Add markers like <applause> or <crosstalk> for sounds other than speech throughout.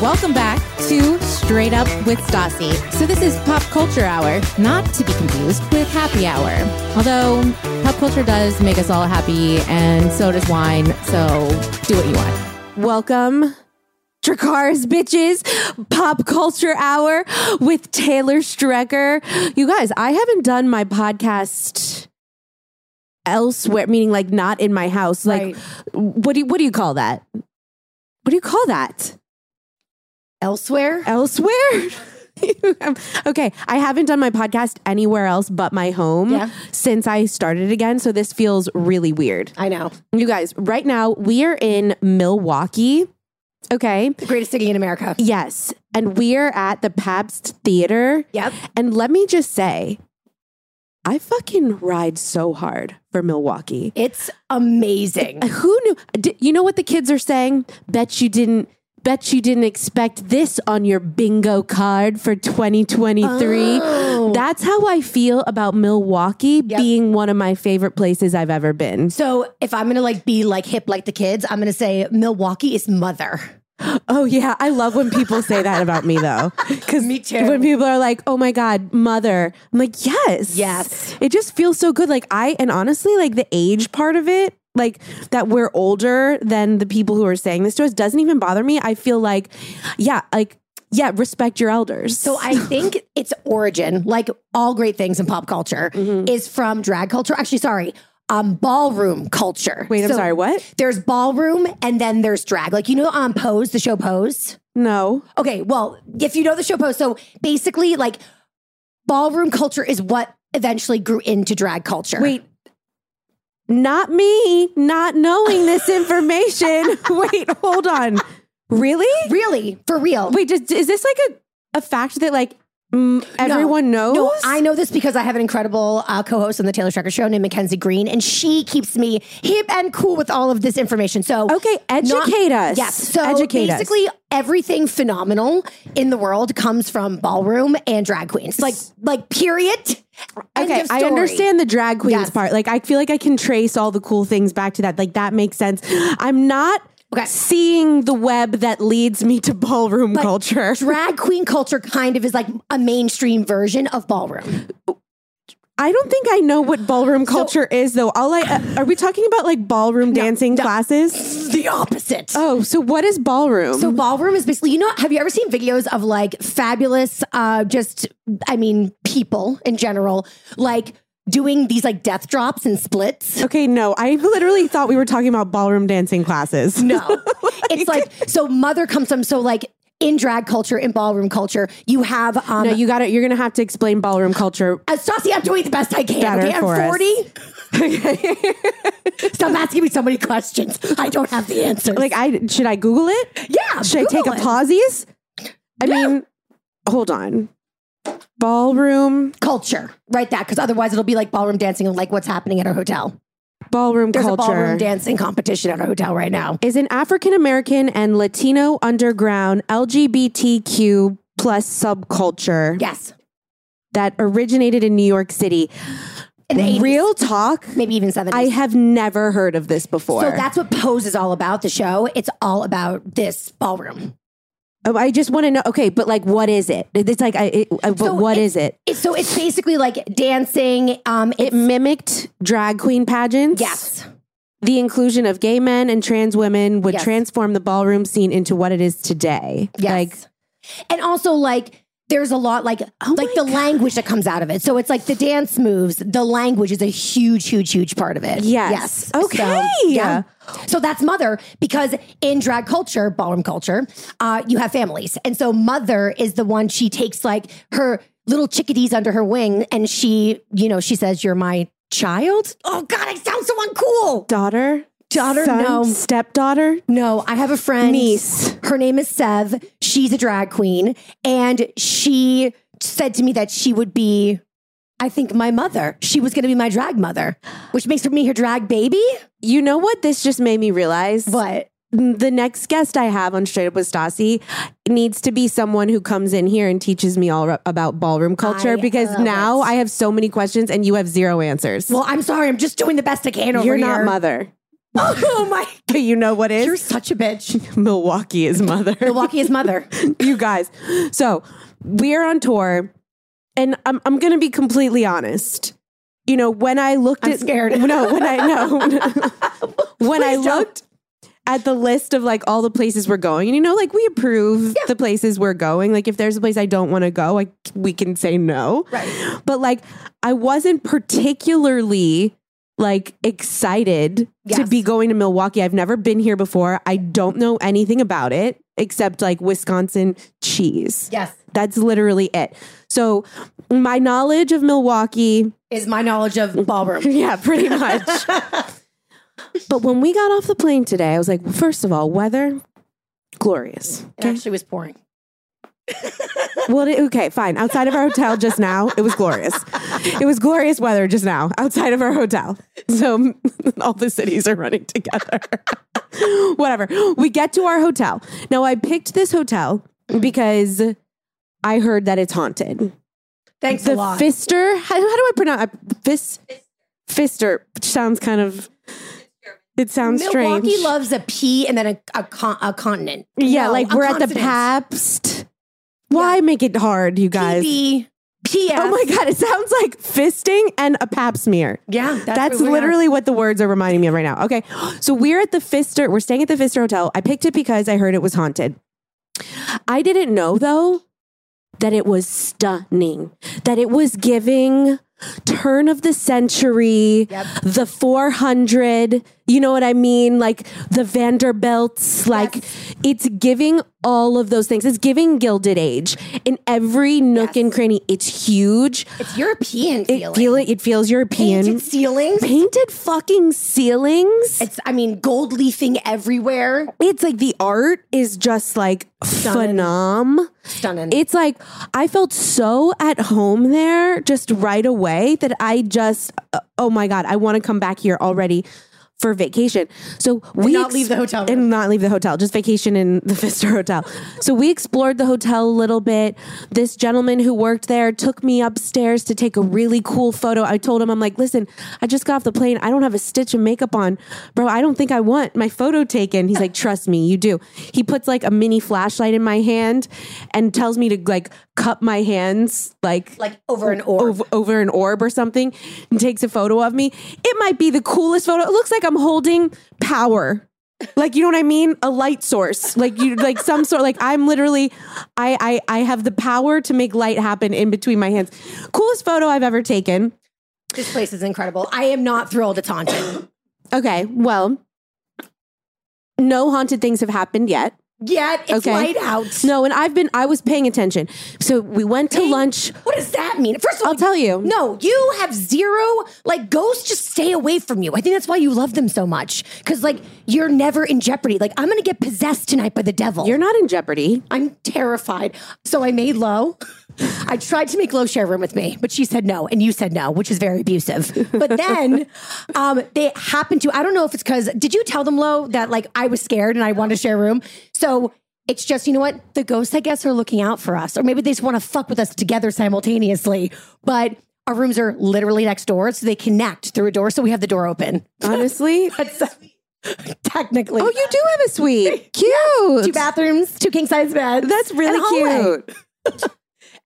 Welcome back to Straight Up with Stassi. So this is Pop Culture Hour, not to be confused with Happy Hour. Although pop culture does make us all happy, and so does wine. So do what you want. Welcome, Dracar's bitches. Pop Culture Hour with Taylor Strecker. You guys, I haven't done my podcast elsewhere, meaning like not in my house. Like, Right. what do you, what do you call that? What do you call that? Elsewhere? elsewhere. <laughs> okay, I haven't done my podcast anywhere else but my home Yeah. since I started again, so this feels really weird. I know. You guys, right now we are in Milwaukee. Okay. The greatest city in America. Yes. And we are at the Pabst Theater. Yep. And let me just say, I fucking ride so hard for Milwaukee. It's <laughs> amazing. Who knew? D- you know what the kids are saying? Bet you didn't. Bet you didn't expect this on your bingo card for 2023. Oh. That's how I feel about Milwaukee Yep. being one of my favorite places I've ever been. So if I'm gonna like be like hip like the kids, I'm gonna say Milwaukee is mother. Oh yeah, I love when people say that about me though. Cuz Me too. When people are like, "Oh my god, mother." I'm like, "Yes." Yes. It just feels so good like I and honestly like the age part of it like that we're older than the people who are saying this to us doesn't even bother me. I feel like yeah, like yeah, respect your elders. So <laughs> I think its origin, like all great things in pop culture, Mm-hmm. is from drag culture. Actually, sorry, um, ballroom culture. Wait, I'm So sorry, what? There's ballroom and then there's drag. Like you know, on Pose, the show Pose. No. Okay, well, if you know the show Pose, so basically, like ballroom culture is what eventually grew into drag culture. Wait. Not me not knowing <laughs> this information. Wait, hold on. Really? really, for real? Wait, just, is this like a, a fact that like mm, everyone knows? No, I know this because I have an incredible uh, co-host on the Taylor Strecker Show named Mackenzie Green, and she keeps me hip and cool with all of this information. So Okay, educate us. Yes. So Educate us. basically, everything phenomenal in the world comes from ballroom and drag queens. Like, like period. End Okay, of I story. understand the drag queens Yes. part. Like, I feel like I can trace all the cool things back to that. Like, that makes sense. <gasps> I'm not Okay. seeing the web that leads me to ballroom culture. Drag queen culture kind of is like a mainstream version of ballroom. I don't think I know what ballroom culture is, though. All I uh, are we talking about like ballroom dancing classes? The opposite. Oh, so what is ballroom? So ballroom is basically, you know, have you ever seen videos of like fabulous, uh, just, I mean, people in general, like doing these like death drops and splits? okay, no, I literally thought we were talking about ballroom dancing classes. <laughs> No. it's like, so mother comes from, so like in drag culture, in ballroom culture, you have, um, No, you got it. You're gonna have to explain ballroom culture Uh, Stassi, I'm doing the best I can. Better Okay, I'm for us. 40. Stop asking me so many questions. I don't have the answers. Like, I should I Google it? yeah. Should I take Google a it. pauses? I mean, hold on. Ballroom, Culture. Write that because otherwise it'll be like ballroom dancing and like what's happening at our hotel. ballroom There's a culture ballroom dancing competition at our hotel right now. is an African American and Latino underground LGBTQ plus subculture Yes. that originated in New York City. In the 80s, Real talk, maybe even 70s. I have never heard of this before. so that's what Pose is all about, the show. It's all about this ballroom. Oh, I just want to know. Okay, but like, what is it? It's like, I, it, I- but So what it- is it? It's, so it's basically like dancing. Um, It mimicked drag queen pageants. Yes. the inclusion of gay men and trans women would Yes. transform the ballroom scene into what it is today. Yes. Like and also like there's a lot like Oh like the language that comes out of it. So it's like the dance moves, the language is a huge, huge, huge part of it. Yes. Okay. So, yeah. So that's mother because in drag culture, ballroom culture, uh, you have families, and so mother is the one she takes like her little chickadees under her wing, and she, you know, she says, "You're my child." Oh God, I sound so uncool. daughter, Daughter, son, no. stepdaughter, No, I have a friend. Niece. Her name is Sev. She's a drag queen. And she said to me that she would be, I think, my mother. She was going to be my drag mother, which makes me her drag baby. You know what this just made me realize? But The next guest I have on Straight Up with Stassi needs to be someone who comes in here and teaches me all about ballroom culture I because love now it. I have so many questions and you have zero answers. Well, I'm sorry. I'm just doing the best I can over You're here. not mother, <laughs> Oh, my. but you know what is? You're such a bitch. Milwaukee is mother. Milwaukee is <laughs> mother. you guys. So we are on tour, and I'm I'm gonna be completely honest. You know, when I looked I'm at scared. <laughs> No, when I no, when I <laughs> Please don't. looked at the list of like all the places we're going, and you know, like we approve the places we're going. Like if there's a place I don't want to go, like we can say no. Right. But like I wasn't particularly like excited to Yes. be going to Milwaukee. I've never been here before. I don't know anything about it except like Wisconsin cheese. Yes. That's literally it. So my knowledge of Milwaukee, <laughs> Is my knowledge of ballroom. yeah, pretty much. but when we got off the plane today, I was like, well, first of all, weather glorious. It actually was pouring. Well, it- okay, fine. Outside of our hotel just now, it was glorious. It was glorious weather just now outside of our hotel. So <laughs> all the cities are running together. <laughs> Whatever. We get to our hotel. Now, I picked this hotel because I heard that it's haunted. Thanks a the lot. Fister. How, how do I pronounce Fist? Fister which sounds kind of. It sounds strange. Milwaukee loves a P and then a, a, con- a continent. yeah, No, like a we're at the consonant. Pabst. Why make it hard, you guys? PB, PF. Oh my god, it sounds like fisting and a pap smear. Yeah, that's That's, what we are. literally what the words are reminding me of right now. Okay. <gasps> So we're at the Fister, we're staying at the Fister Hotel. I picked it because I heard it was haunted. I didn't know though that it was stunning, that it was giving turn of the century, the 400, you know what I mean? Like the Vanderbilts, like it's giving all of those things. It's giving Gilded Age in every nook and cranny. It's huge. It's European It, feeling. feel it, it feels European. Painted ceilings. Painted fucking ceilings. It's, I mean, gold leafing everywhere. It's like the art is just like Stunning. phenom. Stunning. It's like I felt so at home there just right away that I just uh, oh my god, I want to come back here already for vacation. So we not leave the hotel room. and not leave the hotel, just vacation in the <laughs> Fister Hotel. so we explored the hotel a little bit. This gentleman who worked there took me upstairs to take a really cool photo. I told him, I'm like, listen, I just got off the plane. I don't have a stitch of makeup on. Bro, I don't think I want my photo taken. He's like, trust me, you do. He puts like a mini flashlight in my hand and tells me to like cup my hands like like over an orb. over, over an orb or something and takes a photo of me. It might be the coolest photo. It looks like I'm holding power. Like you know what I mean? A light source. Like you like some sort like I'm literally I I I have the power to make light happen in between my hands. Coolest photo I've ever taken. This place is incredible. I am not thrilled it's haunted. <coughs> Okay, well no haunted things have happened yet. Yet it's Okay. light out. No, and I've been I was paying attention. So we went to lunch. What does that mean? First of all, I'll tell you. No, you have zero. Like ghosts, just stay away from you. I think that's why you love them so much. Because like you're never in jeopardy. Like I'm gonna get possessed tonight by the devil. You're not <laughs> in jeopardy. I'm terrified. So I made Lo. I tried to make Lo share a room with me, but she said no, and you said no, which is very abusive. But <laughs> then um, they happened to, I don't know if it's because, did you tell them, Lo, that like I was scared and I wanted to share a room? So it's just, you know what? The ghosts, I guess, are looking out for us, or maybe they just want to fuck with us together simultaneously. But our rooms are literally next door, so they connect through a door, so we have the door open. Honestly. <laughs> Technically. Oh, you do have a suite. Cute. Two bathrooms, two king size beds. That's and a really hallway. cute.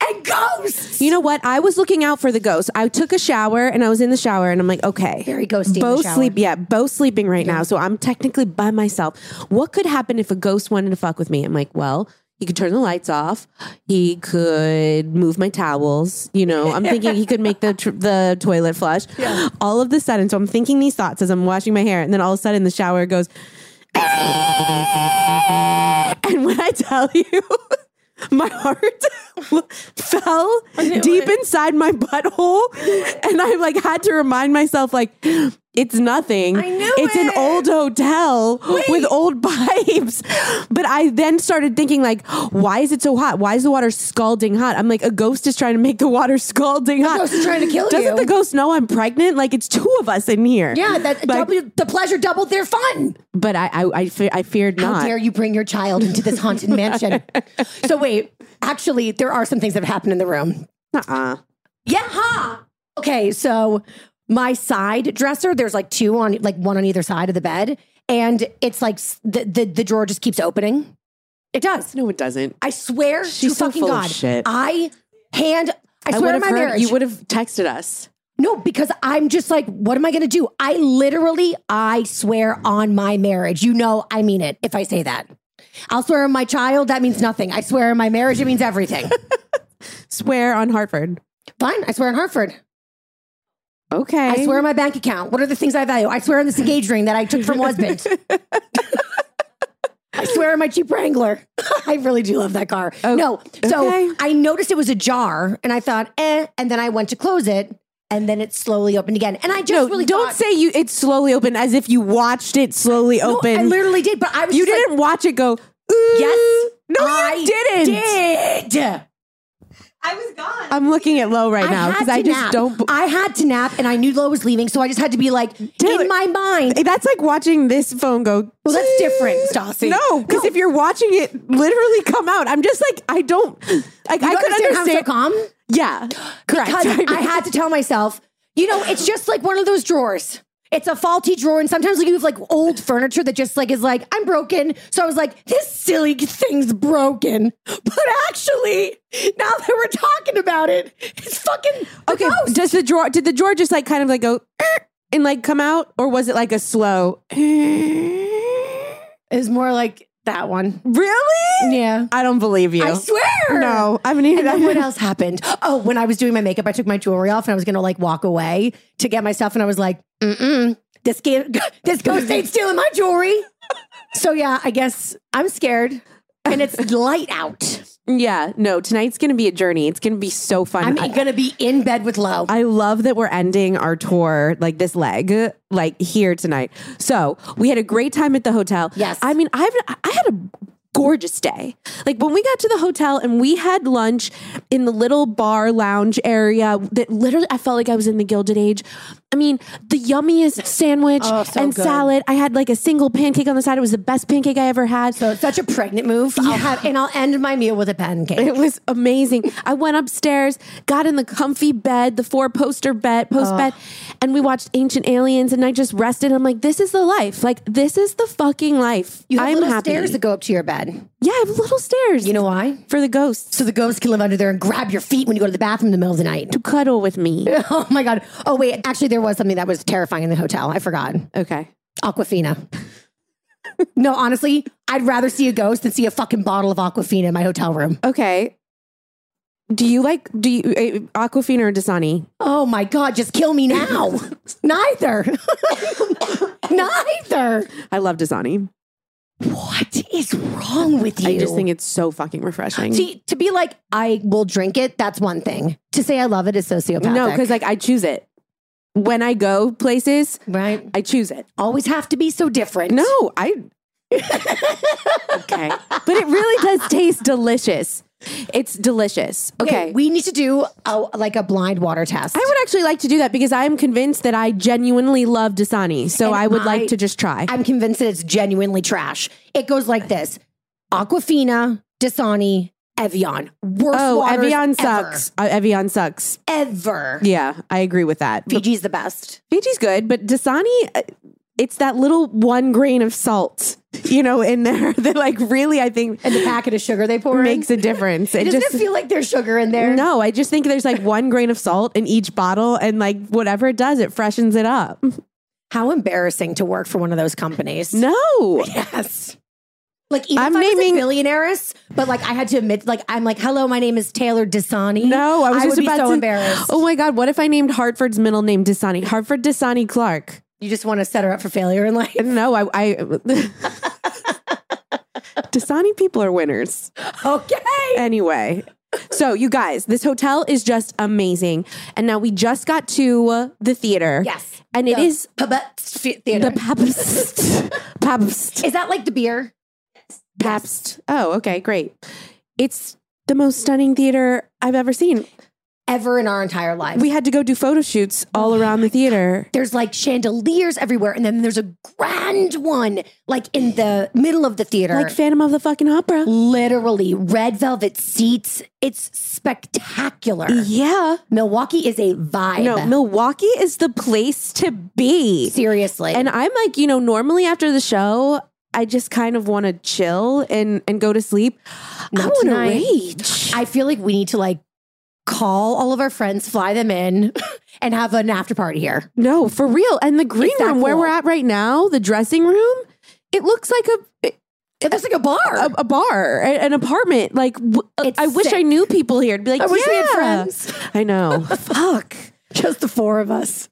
and ghosts. You know what? I was looking out for the ghost. I took a shower and I was in the shower and I'm like, okay. Very ghosty in the Bo's shower. sleep. Yeah, Bo's sleeping right now. So I'm technically by myself. What could happen if a ghost wanted to fuck with me? I'm like, well, he could turn the lights off. He could move my towels. You know, I'm thinking he could make the tr- the toilet flush. All of the sudden, so I'm thinking these thoughts as I'm washing my hair, and then all of a sudden the shower goes. <laughs> And when I tell you, <laughs> my heart <laughs> fell deep inside my butthole, and I like had to remind myself, like, it's nothing. I knew it's an it. old hotel with old <laughs> pipes. But I then started thinking, like, why is it so hot? Why is the water scalding hot? I'm like, a ghost is trying to make the water <laughs> scalding hot. ghost is trying to kill Doesn't you. the ghost know I'm pregnant? Like, it's two of us in here. <laughs> yeah, that Like, double, the pleasure doubled their fun. but I, I, I, fe- I feared How not. dare you bring your child into this haunted <laughs> mansion? so wait, actually, there are some things that have happened in the room. Uh-uh. Yeah. huh. Okay, so my side dresser, there's like two on, like one on either side of the bed, and it's like s- the the, the drawer just keeps opening. It does. No, it doesn't. I swear to She's so fucking full of God, shit. I hand. I I swear would to have my heard marriage. you would have texted us. No, because I'm just like, what am I going to do? I literally, I swear on my marriage. You know, I mean it if I say that. I'll swear on my child. That means nothing. I swear on my marriage. It means <laughs> everything. Swear on Hartford. Fine. I swear on Hartford. Okay. I swear on my bank account. What are the things I value? I swear on this engaged ring that I took from husband. <laughs> I swear on my cheap Wrangler. I really do love that car. no. So Oh, okay. I noticed it was a jar and I thought, eh. And then I went to close it and then it slowly opened again. And I just No, really don't thought- say you. It slowly opened as if you watched it slowly No, open. I literally did, but I was you just like- didn't watch it go. Ooh. Yes, No, I you didn't. Did. I'm looking at low right now had because I to just nap. don't. b- I had to nap, and I knew Lo was leaving, so I just had to be like in Dude. my mind. that's like watching this phone go. Well, that's different, Stassi. No, because if you're watching it literally come out, I'm just like I don't. Like I You could understand how I'm so understand. calm? yeah, correct. Because I had to tell myself, you know, it's just like one of those drawers. It's a faulty drawer, and sometimes like, you have like old furniture that just like is like I'm broken. So I was like, this silly thing's broken, but actually, now that we're talking about it, it's fucking okay. Does the drawer? Did the drawer just like kind of like go "Er," and like come out, or was it like a slow? Is more like that one. Really? Yeah. I don't believe you. I swear. No, I haven't even. And then what else happened? Oh, when I was doing my makeup, I took my jewelry off and I was gonna like walk away to get my stuff, and I was like, mm-mm, this ga- <laughs> this ghost ain't stealing my jewelry. so yeah, I guess I'm scared. And <laughs> it's light out. Yeah, no, tonight's gonna be a journey. It's gonna be so I'm e, fun. I, gonna be in bed with Lo. I love that we're ending our tour like this leg, like here tonight. So we had a great time at the hotel. Yes. I mean, I've I had a gorgeous day. Like when we got to the hotel and we had lunch in the little bar lounge area that literally I felt like I was in the Gilded Age. I mean, the yummiest sandwich Oh, so and good. salad. I had like a single pancake on the side. It was the best pancake I ever had. so it's such a pregnant move. I'll have and I'll end my meal with a pancake. It was amazing. I went upstairs, got in the comfy bed, the four poster bed, post bed, and we watched Ancient Aliens. And I just rested. I'm like, this is the life. Like, this is the fucking life. You have I'm little happy. stairs that go up to your bed. yeah, I have little stairs. You know why? for the ghosts So the ghosts can live under there and grab your feet when you go to the bathroom in the middle of the night. to cuddle with me. <laughs> Oh my god. Oh wait, actually there was something that was terrifying in the hotel. I forgot. Okay. Aquafina. <laughs> no, honestly, I'd rather see a ghost than see a fucking bottle of Aquafina in my hotel room. Okay. Do you like do you uh, Aquafina or Dasani? Oh my god, just kill me now. <laughs> Neither. <laughs> Neither. I love Dasani. What is wrong with you? I just think it's so fucking refreshing. See, to be like, I will drink it, that's one thing. To say I love it is sociopathic. no, because like I choose it when I go places. right? I choose it. Always have to be so different. No, I. okay. But it really does taste delicious. It's delicious. Okay. Okay, we need to do a, like a blind water test. I would actually like to do that because I'm convinced that I genuinely love Dasani. So And I would I- like to just try. I'm convinced that it's genuinely trash. It goes like this: Aquafina, Dasani, Evian. Worst oh, waters Evian ever, sucks. Uh, Evian sucks. Ever. Yeah, I agree with that. But Fiji's the best. Fiji's good, but Dasani, uh, it's that little one grain of salt. you know, in there <laughs> that like really I think and the packet of sugar they pour makes in. a difference. It Doesn't just it feel like there's sugar in there? no, I just <laughs> think there's like one grain of salt in each bottle, and like whatever it does, it freshens <laughs> it up. How embarrassing to work for one of those companies. No, Yes. Like even if I'm I was a naming- millionaireess, but like I had to admit, like I'm like, hello, my name is Taylor Desani. no, I was just would be about so to. embarrassed. Oh my god, what if I named Hartford's middle name Dasani? Hartford Dasani Clark. You just want to set her up for failure in life. No, I. I <laughs> Dasani people are winners. <laughs> Okay. Anyway, so you guys, this hotel is just amazing, and now we just got to the theater. Yes. and it The is Pabst Theater. <laughs> the Pabst. Pabst. is that like the beer? Pabst. Oh, okay, great. It's the most stunning theater I've ever seen. Ever in our entire lives. We had to go do photo shoots Oh all around the theater. there's like chandeliers everywhere, and then there's a grand one like in the middle of the theater. Like Phantom of the fucking Opera. literally red velvet seats. It's spectacular. Yeah. Milwaukee is a vibe. No, Milwaukee is the place to be. seriously. And I'm like, you know, normally after the show, I just kind of want to chill and and go to sleep. I Not want to tonight. rage. I feel like we need to like call all of our friends, fly them in, <laughs> and have an after party here. no, for real. And the green It's that room where cool. we're at right now, the dressing room, it looks like a It looks like a bar. a, a bar, a- an apartment. Like w- uh, It's I wish I sick. knew people here. I'd be like, I wish we had "Yeah." friends. <laughs> I know. Fuck. Just the four of us.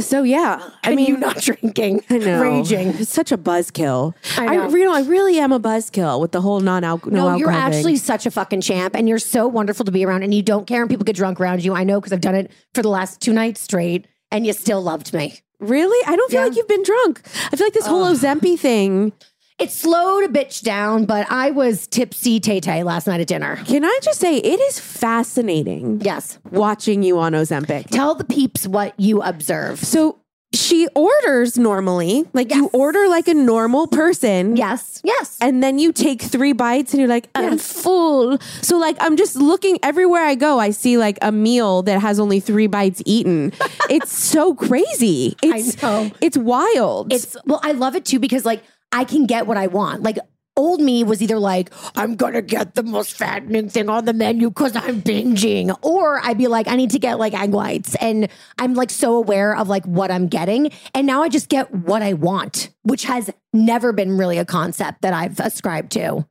so yeah, I and mean, you not drinking. I know. Raging. It's such a buzzkill. I I, know. you know, I really am a buzzkill with the whole non-alcohol. No, you're actually such a fucking champ and you're so wonderful to be around and you don't care when people get drunk around you. I know because I've done it for the last two nights straight and you still loved me. really. I don't feel Yeah. like you've been drunk. I feel like this whole Ozempi thing. It slowed a bitch down, but I was tipsy Tay Tay last night at dinner. Can I just say it is fascinating Yes. watching you on Ozempic? Tell the peeps what you observe. So she orders normally, like you Yes. order like a normal person. Yes. Yes. and then you take three bites and you're like, I'm full. So like I'm just looking everywhere I go, I see like a meal that has only three bites eaten. <laughs> it's so crazy. It's know. it's wild. It's well, I love it too because like I can get what I want. Like old me was either like I'm gonna get the most fattening thing on the menu because I'm binging, or I'd be like I need to get like egg whites, and I'm like so aware of like what I'm getting, and now I just get what I want, which has never been really a concept that I've ascribed to.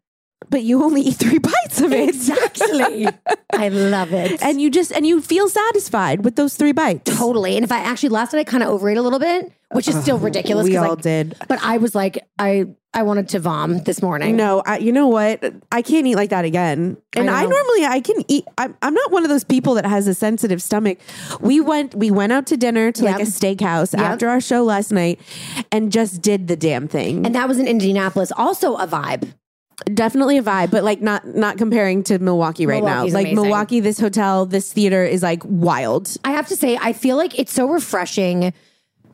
but you only eat three <laughs> bites of it. Exactly, <laughs> I love it. And you just and you feel satisfied with those three bites. Totally. And if I actually last night I kind of overate a little bit, which is still ridiculous. We 'cause, all like, did. But I was like, I I wanted to vom this morning. No, I, you know what? I can't eat like that again. And I, know. normally I can eat. I'm, I'm not one of those people that has a sensitive stomach. We went we went out to dinner to like Yep. a steakhouse after our show last night, and just did the damn thing. And that was in Indianapolis, also a vibe. Definitely a vibe, but like not not comparing to Milwaukee right Milwaukee's now. Like amazing. Milwaukee, this hotel, this theater is like wild. I have to say, I feel like it's so refreshing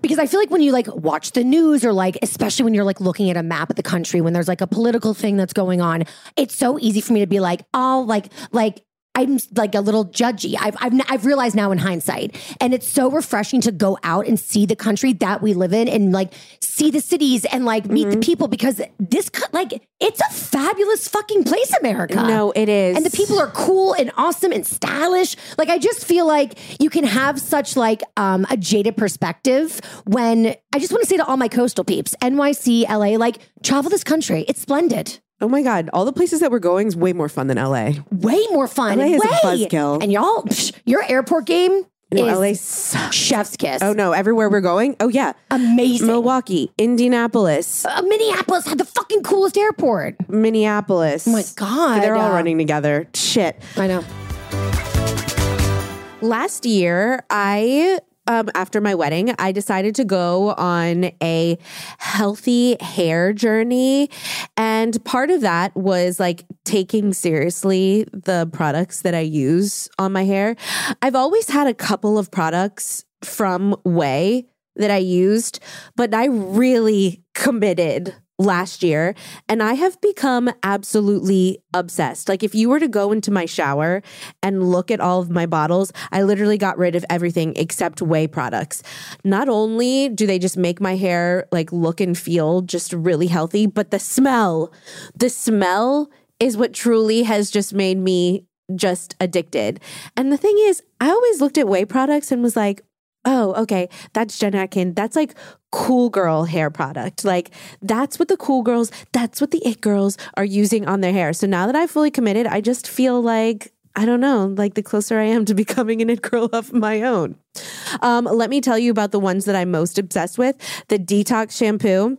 because I feel like when you like watch the news or like, especially when you're like looking at a map of the country, when there's like a political thing that's going on, it's so easy for me to be like, oh, like, like, I'm like a little judgy. I've, I've n- I've realized now in hindsight, and it's so refreshing to go out and see the country that we live in, and like see the cities and like meet the people because this co- like it's a fabulous fucking place, America. No, it is. And the people are cool and awesome and stylish. Like I just feel like you can have such like um, a jaded perspective when I just want to say to all my coastal peeps, NYC, LA, like travel this country. It's splendid. Oh my god, all the places that we're going is way more fun than LA. Way more fun. LA is a way. buzzkill. And y'all, psh, your airport game No, is LA sucks. chef's kiss. Oh no, everywhere we're going. Oh yeah, Amazing. Milwaukee, Indianapolis, Uh, Minneapolis had the fucking coolest airport. Minneapolis. Oh my God. They're all Uh, running together. Shit. I know. Last year, I. Um, after my wedding, I decided to go on a healthy hair journey. And part of that was like taking seriously the products that I use on my hair. I've always had a couple of products from Way that I used, but I really committed last year and I have become absolutely obsessed. Like if you were to go into my shower and look at all of my bottles, I literally got rid of everything except whey products. Not only do they just make my hair like look and feel just really healthy, but the smell, the smell is what truly has just made me just addicted. And the thing is, I always looked at whey products and was like, oh, okay, that's Jen Atkin. That's like cool girl hair product. Like that's what the cool girls, that's what the it girls are using on their hair. So now that I've fully committed, I just feel like, I don't know, like the closer I am to <laughs> becoming an it girl of my own. Um, let me tell you about the ones that I'm most obsessed with the detox shampoo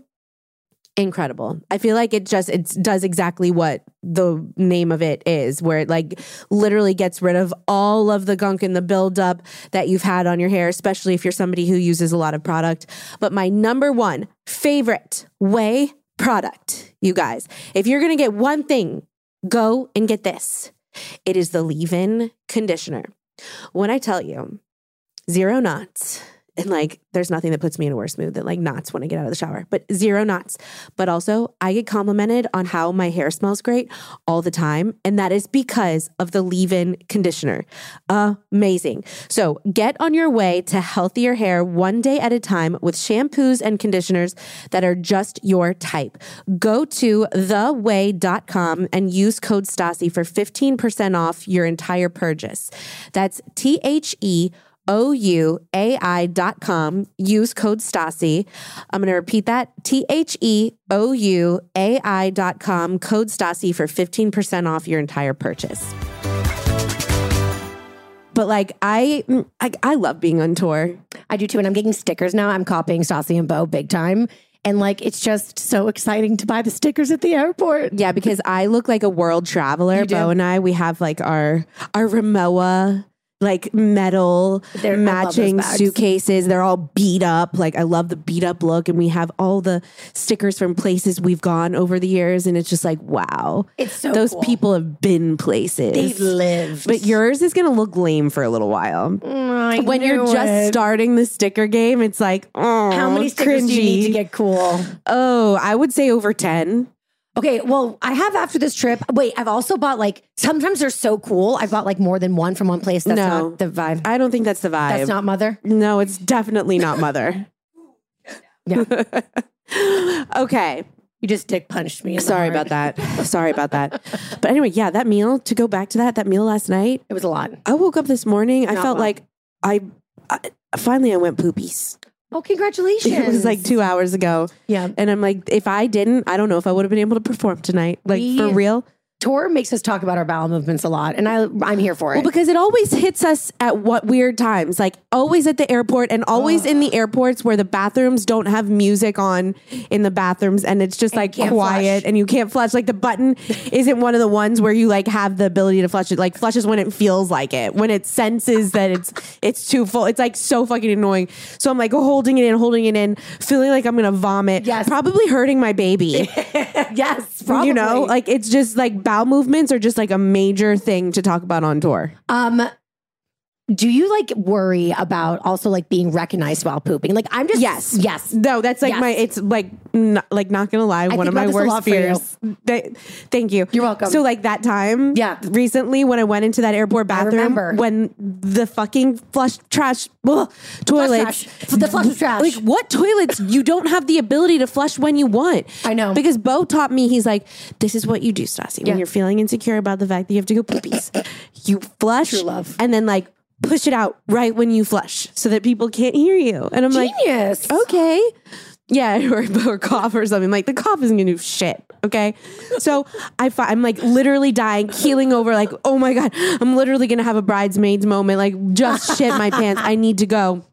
incredible. I feel like it just it does exactly what the name of it is, where it like literally gets rid of all of the gunk and the buildup that you've had on your hair, especially if you're somebody who uses a lot of product. But my number one favorite way product, you guys, if you're gonna get one thing, go and get this. It is the leave-in conditioner. When I tell you, zero knots. And like, there's nothing that puts me in a worse mood than like knots when I get out of the shower, but zero knots. But also, I get complimented on how my hair smells great all the time. And that is because of the leave in conditioner. Amazing. So get on your way to healthier hair one day at a time with shampoos and conditioners that are just your type. Go to theway.com and use code STASI for 15% off your entire purchase. That's T H E. O U A I dot com. Use code Stasi. I'm going to repeat that T H E O U A I dot com. Code Stasi for 15% off your entire purchase. But like, I, I, I love being on tour. I do too. And I'm getting stickers now. I'm copying Stassi and Bo big time. And like, it's just so exciting to buy the stickers at the airport. Yeah, because I look like a world traveler. Bo and I, we have like our our Ramoa like metal They're- I love those matching bags. suitcases. They're all beat up. Like I love the beat up look, and we have all the stickers from places we've gone over the years, and it's just like wow, It's so those cool. people have been places. They've lived. But yours is gonna look lame for a little while. I when you're knew just it. starting the sticker game, it's like, oh, How many stickers do you need to cringy. get cool? Oh, I would say over ten. Okay, well, I have after this trip. Wait, I've also bought like sometimes they're so cool. I've bought like more than one from one place. That's No. not the vibe. I don't think that's the vibe. That's not mother. No, it's definitely not <laughs> mother. Yeah. <laughs> okay. You just dick punched me. in the Sorry heart. about that. Sorry about <laughs> that. But anyway, yeah, that meal, to go back to that, that meal last night, It was a lot. I woke up this morning. I Not felt well. like I, I finally I went poopies. <laughs> Oh, <laughs> congratulations! It was like two hours ago. Yeah, And I'm like, if I didn't, I don't know if I would have been able to perform tonight. Like We- for real. tour makes us talk about our bowel movements a lot, and I I'm here for it. Well, because it always hits us at what weird times, like always at the airport and always in the airports where the bathrooms don't have music on in the bathrooms and it's just like can't quiet flush. and you can't flush. Like the <laughs> button isn't one of the ones where you like have the ability to flush it. Like flushes when it feels like it, when it senses that it's it's too full. It's like so fucking annoying. So I'm like holding it in, holding it in, feeling like I'm gonna vomit. Yes. Probably hurting my <laughs> baby. yes, probably. You know, like it's just like bowel movements are just like a major thing to talk about on tour. um, do you like worry about also like being recognized while pooping? Like I'm just Yes. yes. No, that's like Yes. my. It's like not, like not gonna lie, one think of my about this a worst lot for you. fears. Th- thank you. You're welcome. So like that time, Yeah. recently when I went into that airport bathroom, remember. when the fucking flush trash ugh, toilets, trash. F- the flush of trash. Like what toilets? You don't have the ability to flush when you want. I know. because Bo taught me. He's like, this is what you do, Stassi, Yeah. when you're feeling insecure about the fact that you have to go poopies. you flush, True love. and then like push it out right when you flush, so that people can't hear you. And I'm like oh, Genius. okay. Yeah, <laughs> or, or cough or something. Like the cough isn't gonna do shit. Okay, so I fi- I'm like literally dying, keeling over. Like oh my god, I'm literally gonna have a bridesmaids moment. Like just shit my pants. I need to go.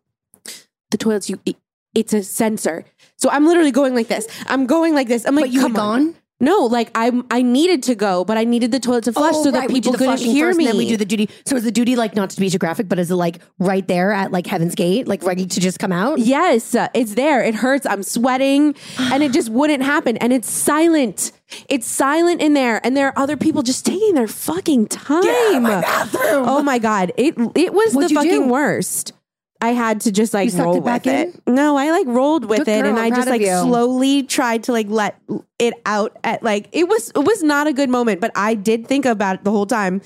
The toilets, you. It, it's a sensor. So I'm literally going like this. I'm going like this. I'm like, But you come had on. gone. No, like I I needed to go, but I needed the toilet to flush Oh, so that right, we do people the couldn't flushing hear first, me. And then we do the duty. So is the duty like not to be too graphic, but is it like right there at like Heaven's Gate, like ready to just come out? Yes, uh, it's there. It hurts. I'm sweating, and it just wouldn't happen. And it's silent. It's silent in there, and there are other people just taking their fucking time. my bathroom. Oh my god! It it was What'd the you fucking do? worst. I had to just like You sucked roll it back with it. No, I like rolled with Good it, and girl. I just Proud of like you. slowly tried to like let it out. At like it was it was not a good moment, but I did think about it the whole time.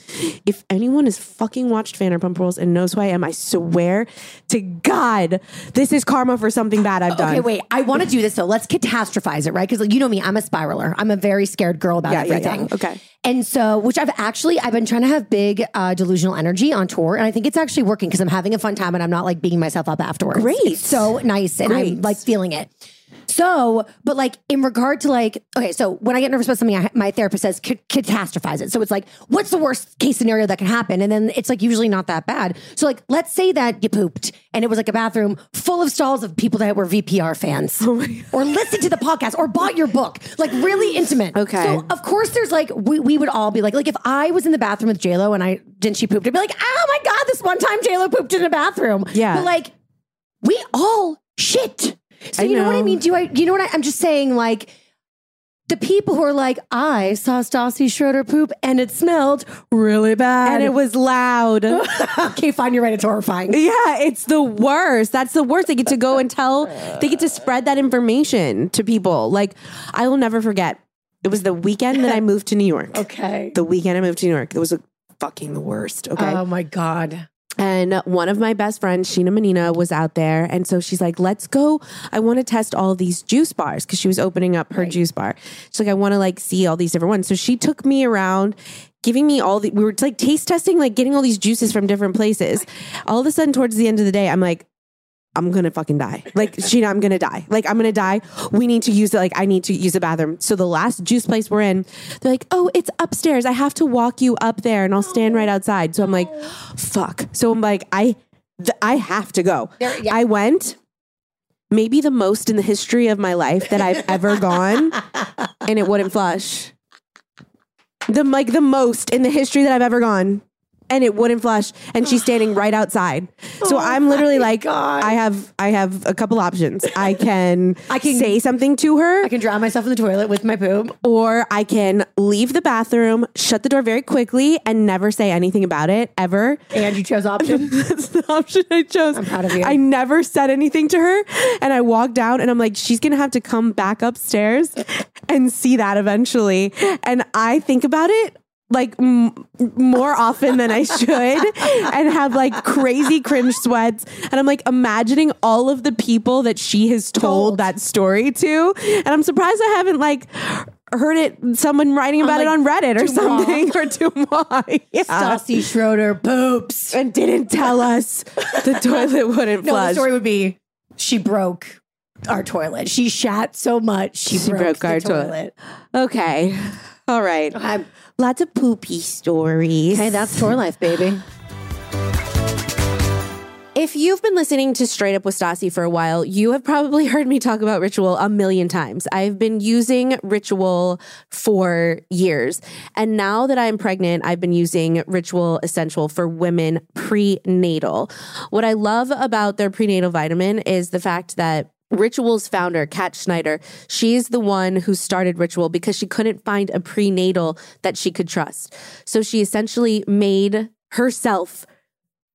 If anyone has fucking watched Vanderpump Rules and knows who I am, I swear to God, this is karma for something bad I've done. Okay, wait. I want to do this though. Let's catastrophize it, right? Because you know me, I'm a spiraler. I'm a very scared girl about Yeah, yeah, yeah. everything. Okay. And so, which I've actually, I've been trying to have big uh, delusional energy on tour, and I think it's actually working because I'm having a fun time and I'm not like beating myself up afterwards. Great. It's so nice, and I'm Great. like feeling it. So, but like in regard to like, okay, so when I get nervous about something, I, my therapist says "Ca- catastrophize it. So it's like, what's the worst case scenario that can happen? And then it's like usually not that bad. So like, let's say that you pooped and it was like a bathroom full of stalls of people that were VPR fans Oh or listened to the podcast or bought your book, like really intimate. Okay. So of course there's like, we, we would all be like, like if I was in the bathroom with JLo and I, didn't she pooped, I'd be like, oh my God, this one time JLo pooped in a bathroom. Yeah. But like, we all shit. So I you know. what I know. mean? Do I? You know what I, I'm just saying? Like the people who are like, I saw Stassi Schroeder poop and it smelled really bad. and it was loud. <laughs> okay. Fine, you're right. It's horrifying. Yeah, it's the worst. That's the worst. They get to go and tell, they get to spread that information to people. Like, I will never forget. It was the <laughs> weekend that I moved to New York. Okay. The weekend I moved to New York. It was a fucking the worst. Okay. Oh my god. And one of my best friends, Sheena Menina, was out there. And so she's like, let's go. I want to test all these juice bars because she was opening up her juice bar. She's like, I want to like see all these different ones. So she took me around, giving me all the, we were like taste testing, like getting all these juices from different places. All of a sudden, towards the end of the day, I'm like, I'm gonna fucking die. Like, Sheena, I'm gonna die. Like, I'm gonna die. We need to use it. Like, I need to use the bathroom. So, the last juice place we're in, they're like, oh, it's upstairs. I have to walk you up there and I'll stand right outside. So, I'm like, fuck. So, I'm like, I, th- I have to go. I went, maybe the most in the history of my life that I've ever gone, and it wouldn't flush. The, like, the most in the history that I've ever gone. And it wouldn't flush, and she's standing right outside. So I'm literally like, I have, I have a couple options. I can, I can- can say something to her, I can drown myself in the toilet with my poop. or I can leave the bathroom, shut the door very quickly, and never say anything about it ever. And you chose option. <laughs> That's the option I chose. I'm proud of you. I never said anything to her. And I walked down and I'm like, she's going to have to come back upstairs and see that eventually. And I think about it like m- more often than I should and have like crazy cringe sweats. And I'm like imagining all of the people that she has told that story to. And I'm surprised I haven't like heard it, someone writing about it on Reddit or something <laughs> or Dumois. Yeah Stassi Schroeder poops. <laughs> and didn't tell us the toilet <laughs> wouldn't No, the flush. story would be she broke our toilet. She shat so much she, She broke, broke our the toilet. okay. All right. Okay. Lots of poopy stories. Hey, that's tour life, baby. If you've been listening to Straight Up with Stassi for a while, you have probably <laughs> heard me talk about Ritual a million times. I've been using Ritual for years. And now that I'm pregnant, I've been using Ritual Essential for women prenatal. What I love about their prenatal vitamin is the fact that Ritual's founder, Kat Schneider, she's the one who started Ritual because she couldn't find a prenatal that she could trust. So she essentially made herself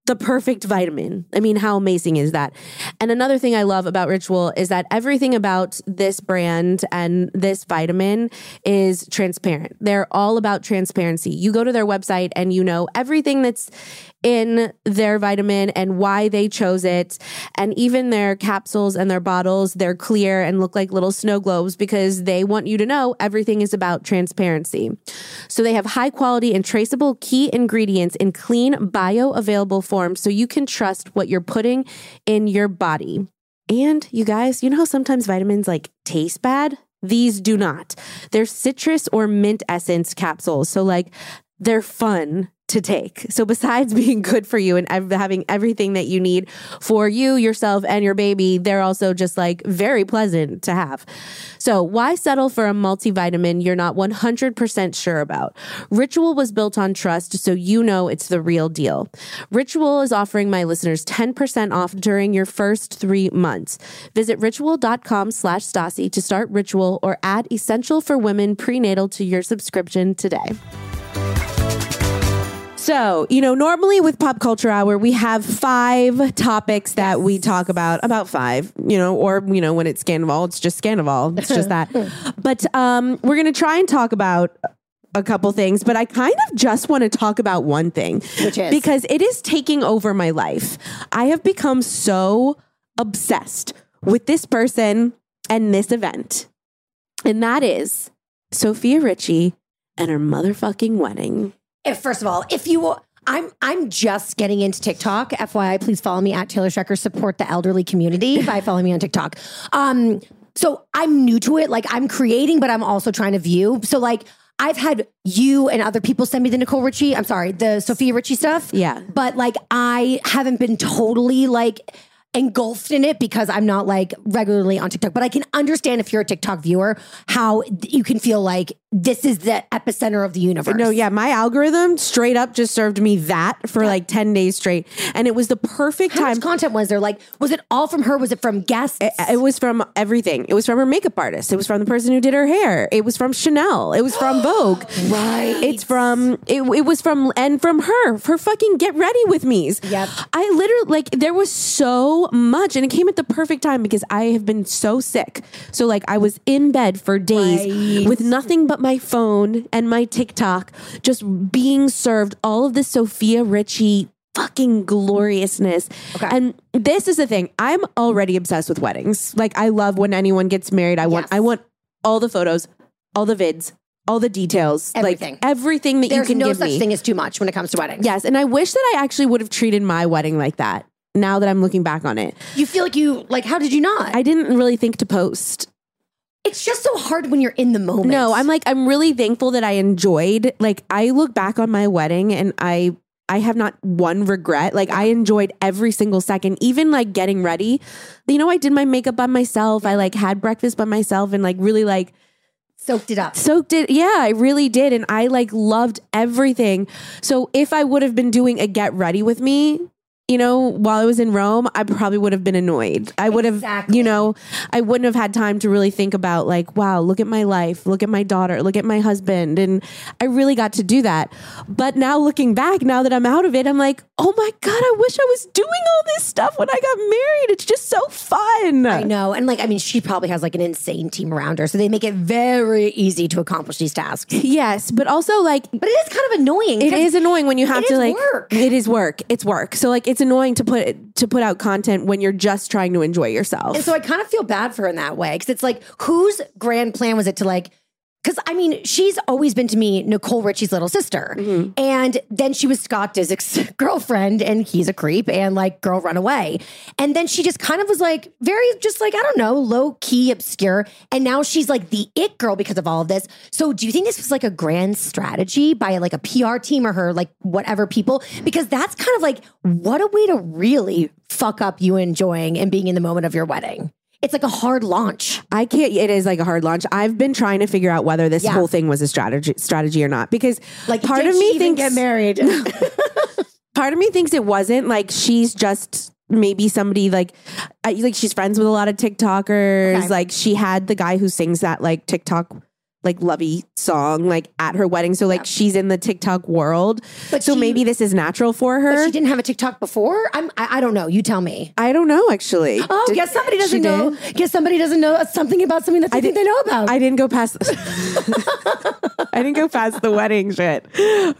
the perfect vitamin. I mean, how amazing is that? And another thing I love about Ritual is that everything about this brand and this vitamin is transparent. They're all about transparency. You go to their website and you know everything that's in their vitamin and why they chose it. And even their capsules and their bottles, they're clear and look like little snow globes because they want you to know everything is about transparency. So they have high quality and traceable key ingredients in clean, bioavailable form so you can trust what you're putting in your body. And you guys, you know how sometimes vitamins like taste bad? These do not. They're citrus or mint essence capsules. So, like, they're fun to take. So, besides <laughs> being good for you and ev- having everything that you need for you, yourself, and your baby, they're also just like very pleasant to have. So, why settle for a multivitamin you're not 100% sure about? Ritual was built on trust, so you know it's the real deal. Ritual is offering my listeners 10% off during your first three months. Visit ritual.com slash Stassi to start Ritual or add Essential for Women prenatal to your subscription today. So, you know, normally with pop culture hour, we have five topics that we talk about, about five, you know, or, you know, when it's Scandival, it's just Scandival. It's <laughs> just that. but um, we're going to try and talk about a couple things, but I kind of just want to talk about one thing, Which is? because it is taking over my life. I have become so obsessed with this person and this event, and that is Sophia Ritchie and her motherfucking wedding. If, first of all, if you I'm I'm just getting into TikTok. FYI, please follow me at Taylor Shecker. Support the elderly <laughs> community by following me on TikTok. Um, so I'm new to it. Like I'm creating, but I'm also trying to view. So like I've had you and other people send me the Nicole Richie. I'm sorry, the Sophia Richie stuff. Yeah. But like I haven't been totally like engulfed in it because I'm not like regularly on TikTok. But I can understand if you're a TikTok viewer how you can feel like this is the epicenter of the universe. No, yeah, my algorithm straight up just served me that for like 10 days straight. And it was the perfect How time. much content was there? Like, was it all from her? Was it from guests? it was from everything. It was from her makeup artist. It was from the person who did her hair. It was from Chanel. It <gasps> was from Vogue. Right. It's from it, it was from and from her. Her fucking get ready with me's. Yep. I literally like there was so much and it came at the perfect time because I have been so sick. So like I was in bed for days with nothing but my phone and my TikTok just being served all of this Sophia Richie fucking gloriousness. Okay. And this is the thing. I'm already obsessed with weddings. Like I love when anyone gets married. I want Yes. I want all the photos, all the vids, all the details, Everything. like everything that There's you can no give such me. thing as too much when it comes to weddings. Yes, and I wish that I actually would have treated my wedding like that. Now that I'm looking back on it, You feel like you like. How did you not? I didn't really think to post. it's just so hard when you're in the moment. No, I'm like I'm really thankful that I enjoyed. Like I look back on my wedding and I I have not one regret. Like I enjoyed every single second, even like getting ready. You know, I did my makeup by myself. I like had breakfast by myself and like really like soaked it up. soaked it. Yeah, I really did. And I like loved everything. So if I would have been doing a get ready with me, you know, while I was in Rome, I probably would have been annoyed. I would have, Exactly. you know, I wouldn't have had time to really think about, like, wow, look at my life, look at my daughter, look at my husband. And I really got to do that. But now looking back, now that I'm out of it, I'm like, oh my God, I wish I was doing all this stuff when I got married. It's just so fun. I know, and like I mean, she probably has like an insane team around her, so they make it very easy to accomplish these tasks. Yes. But also, like, But it is kind of annoying. It because is annoying when you have it to is like work. it is work. It's work. So like it's annoying to put to put out content when you're just trying to enjoy yourself. And so I kind of feel bad for her in that way because it's like, whose grand plan was it to like? Because I mean, she's always been to me Nicole Richie's little sister, and then she was Scott Disick's <laughs> girlfriend, and he's a creep, and like, girl, run away. And then she just kind of was like, very, just like I don't know, low key, obscure, and now she's like the it girl because of all of this. So, do you think this was like a grand strategy by like a PR team or her, like whatever people? Because that's kind of like what a way to really fuck up you enjoying and being in the moment of your wedding. It's like a hard launch. I can't it is like a hard launch. I've been trying to figure out whether this Yeah. whole thing was a strategy strategy or not because Like, like part did of she me even thinks get <laughs> married. part of me thinks it wasn't like she's just maybe somebody like I, like she's friends with a lot of TikTokers. Okay. Like she had the guy who sings that like TikTok like lovey song like at her wedding. So like she's in the TikTok world. But so she- maybe this is natural for her. But she didn't have a TikTok before. I'm. I, I don't know. You tell me. I don't know actually. Oh, Did- guess somebody she doesn't know. did? Guess somebody doesn't know something about something that they think they know about. I didn't go past. <laughs> I didn't go past the wedding shit.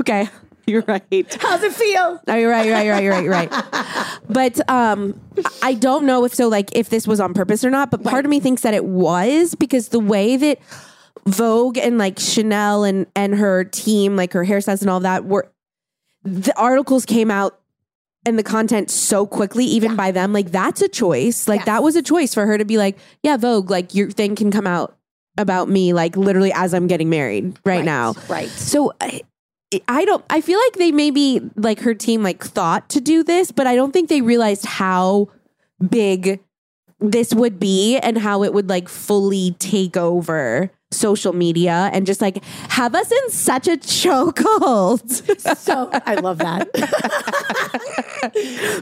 Okay, <laughs> you're right. How's it feel? Oh, you're right. You're right. You're right. You're right. You're right. But um, I don't know if so. Like, if this was on purpose or not. But part of me thinks that it was because the way that Vogue and like Chanel and and her team, like her hairstyles and all that, were the articles came out and the content so quickly, even by them. Like that's a choice. Like that was a choice for her to be like, yeah, Vogue, like your thing can come out about me, like literally as I'm getting married right, now. right. So I, I don't. I feel like they maybe like her team like thought to do this, but I don't think they realized how big this would be and how it would like fully take over social media and just like have us in such a <laughs> chokehold. So I love that.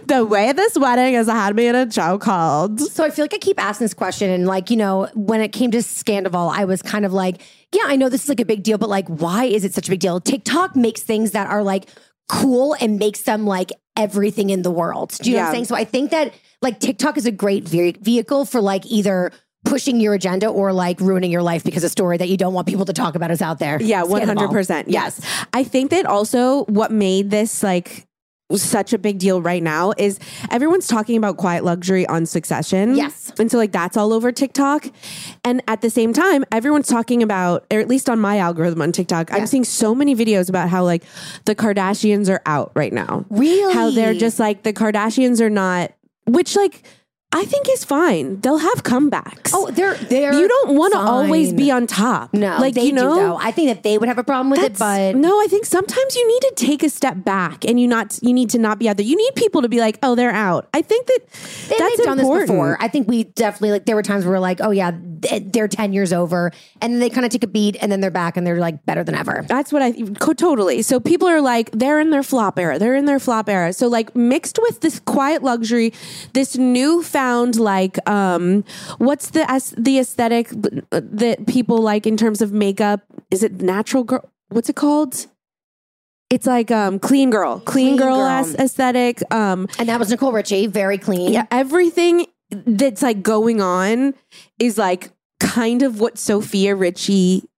the way this wedding has had me in a chokehold. So I feel like I keep asking this question, and like you know, when it came to Scandival, I was kind of like, yeah, I know this is like a big deal, but like, why is it such a big deal? TikTok makes things that are like cool and makes them like everything in the world. Do you know what Yeah. I'm saying? So I think that like TikTok is a great ve- vehicle for like either pushing your agenda or like ruining your life because a story that you don't want people to talk about is out there. Yeah, It's one hundred scannable. percent. Yes, I think that also what made this like such a big deal right now is everyone's talking about quiet luxury on Succession. Yes. and so like that's all over TikTok, and at the same time, everyone's talking about, or at least on my algorithm on TikTok, I'm seeing so many videos about how like the Kardashians are out right now. Really? How they're just like the Kardashians are not, which like I think is fine. They'll have comebacks. Oh, they're they're you don't want to fine. always be on top. No, like they you know. do though. I think that they would have a problem with it, That's- but no, I think sometimes you need to take a step back and you not you need to not be out there. You need people to be like, oh, they're out. I think that they, that's have done important. this before. I think we definitely like there were times where we're like, oh yeah, th- they're ten years over, and then they kind of take a beat, and then they're back, and they're like better than ever. That's what I co- totally. So people are like, they're in their flop era. They're in their flop era. So like mixed with this quiet luxury, this newfound like, um, what's the as the aesthetic b- uh, that people like in terms of makeup? Is it natural girl? What's it called? It's like um, clean girl, clean, Clean girl, girl. as aesthetic. Um, And that was Nicole Richie, very clean. yeah, everything that's like going on is like kind of what Sophia Richie.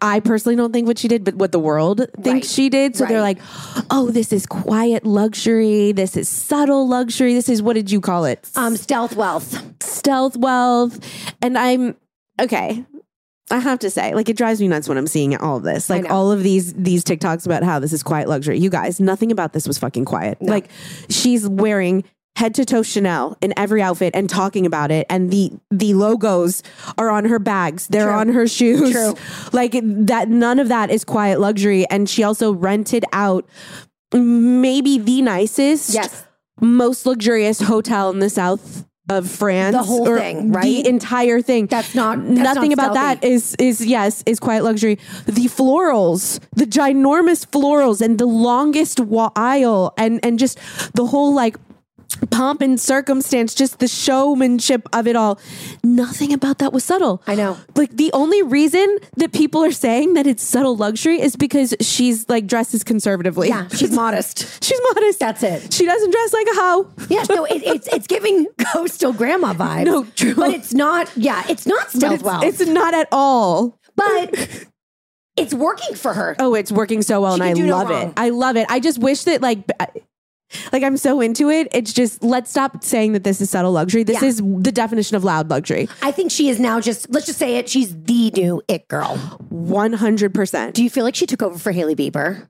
I personally don't think what she did, but what the world thinks Right. she did. So they're Right. like, "Oh, this is quiet luxury. This is subtle luxury. This is what did you call it? Um, stealth wealth. Stealth wealth." And I'm okay. I have to say, like, it drives me nuts when I'm seeing all of this, I like know. all of these these TikToks about how this is quiet luxury. You guys, nothing about this was fucking quiet. Like, she's wearing head to toe Chanel in every outfit and talking about it, and the the logos are on her bags. They're on her shoes. True. Like that. None of that is quiet luxury. And she also rented out maybe the nicest, Yes. most luxurious hotel in the south. Of France, The whole or thing, right? The entire thing. That's not- that's nothing not about stealthy. that is is yes is quiet luxury. The florals, the ginormous florals, and the longest wa- aisle, and and just the whole like pomp and circumstance, just the showmanship of it all. Nothing about that was subtle. I know. Like the only reason that people are saying that it's subtle luxury is because she's like dresses conservatively. <laughs> Yeah, she's modest. She's modest. That's it. She doesn't dress like a hoe. Yeah, no, it, it's it's giving <laughs> coastal grandma vibes. No, true. but it's not. Yeah, it's not But stealth it's, wealth, it's not at all. but it's working for her. Oh, it's working so well, She and I can do no love it. wrong. I love it. I just wish that like. b- I- Like I'm so into it. It's just let's stop saying that this is subtle luxury. This Yeah. is the definition of loud luxury. I think she is now just. Let's just say it. She's the new it girl. 100%. Do you feel like she took over for Haley Bieber?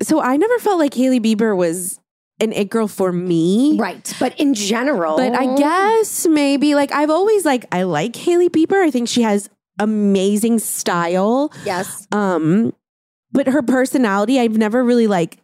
so I never felt like Haley Bieber was an it girl for me. Right, but in general, But I guess maybe like I've always like I like Haley Bieber. I think she has amazing style. yes, Um but her personality I've never really like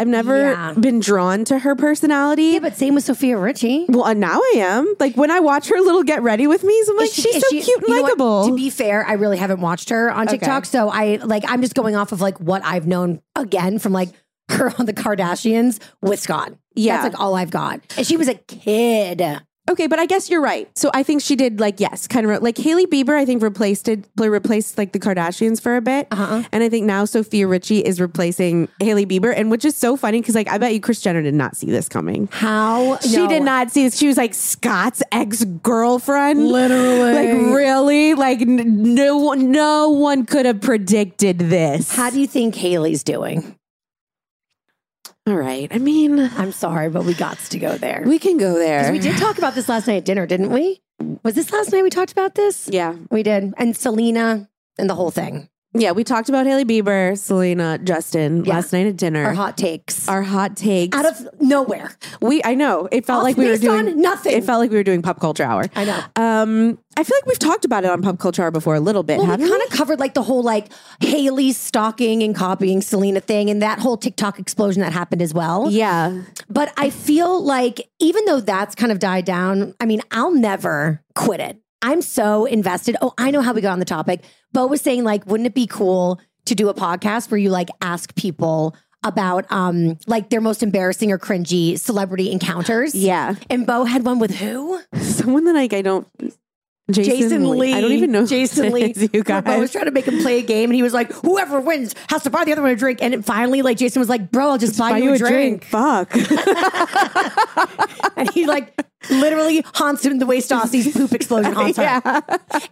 I've never Yeah. been drawn to her personality. yeah. But same with Sophia Richie. well, and now I am. Like when I watch her little get ready with me, I'm like, Is she- she's is so she- cute and you know what? likable. To be fair, I really haven't watched her on Okay. TikTok, so I like I'm just going off of like what I've known again from like <laughs> her on the Kardashians with Scott. Yeah. that's like all I've got. And she was a kid. Okay, but I guess you're right. So I think she did like yes, kind of re- like Haley Bieber. I think replaced it, pl- replaced like the Kardashians for a bit, Uh-huh. and I think now Sophia Richie is replacing Haley Bieber, and which is so funny because like I bet you Chris Jenner did not see this coming. How She no. did not see this. She was like Scott's ex girlfriend, Literally. Like really, like n- no one, no one could have predicted this. How do you think Haley's doing? All right, I mean, I'm sorry, but we got to go there. we can go 'Cause there. we <laughs> did talk about this last night at dinner, didn't we? Was this last night we talked about this? yeah, We did. And Selena and the whole thing. yeah. We talked about Haley Bieber, Selena, Justin Yeah. last night at dinner. Our hot takes. our hot takes. out of nowhere. we, I know it felt Off like we were based doing on nothing. It felt like we were doing pop culture hour. I know. Um, I feel like we've talked about it on pop culture hour before a little bit, Well, we haven't kind of covered like the whole like Haley stalking and copying Selena thing and that whole TikTok explosion that happened as well. we? Yeah, But I feel like even though that's kind of died down, I mean, I'll never quit it. I'm so invested. Oh, I know how we got on the topic. Bo was saying like, wouldn't it be cool to do a podcast where you like ask people about um like their most embarrassing or cringy celebrity encounters? yeah. And Bo had one with who? Someone that like I don't Jason, Jason Lee. I don't even know who Jason it Lee. is, you guys. I was trying to make him play a game, and he was like, "Whoever wins has to buy the other one a drink." And it finally, like Jason was like, "Bro, I'll just, buy, you a drink." Fuck. And he like literally haunts him the way Stassi's poop <laughs> explosion haunts her.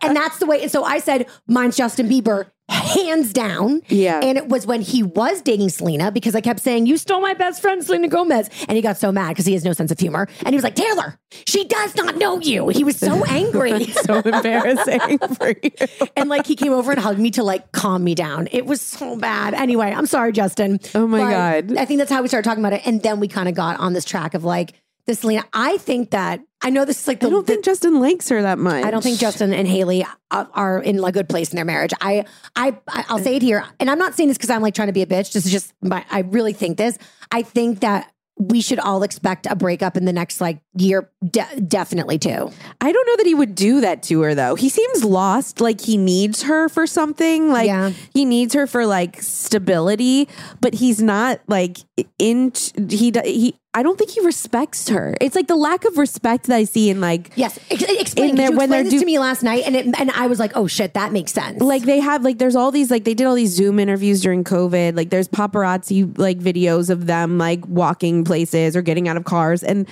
And that's the way. And so I said, mine's Justin Bieber, hands down. Yeah. And it was when he was dating Selena because I kept saying, You stole my best friend, Selena Gomez. And he got so mad because he has no sense of humor. And he was like, Taylor, she does not know you. He was <laughs> <laughs> so angry. so embarrassing for you. and like he came over and hugged me to like calm me down. It was so bad. Anyway, I'm sorry, Justin. Oh my God. I think that's how we started talking about it, and then we kind of got on this track of like the Selena. I think that I know this is like the. I don't think Justin likes her that much. I don't think Justin and Haley are, are in a good place in their marriage. I, I, I- I'll say it here, and I'm not saying this because I'm like trying to be a bitch. This is just, my, I really think this. I think that we should all expect a breakup in the next like year, de- definitely too. I don't know that he would do that to her though. He seems lost, like he needs her for something, like Yeah. he needs her for like stability, but he's not like in he do- he I don't think he respects her. It's like the lack of respect that I see in like Yes, Ex- explain. In did there- you when explain they're this do- to me last night, and it, and I was like, oh shit, that makes sense. like they have like there's all these like they did all these Zoom interviews during COVID. Like there's paparazzi like videos of them like walking places or getting out of cars and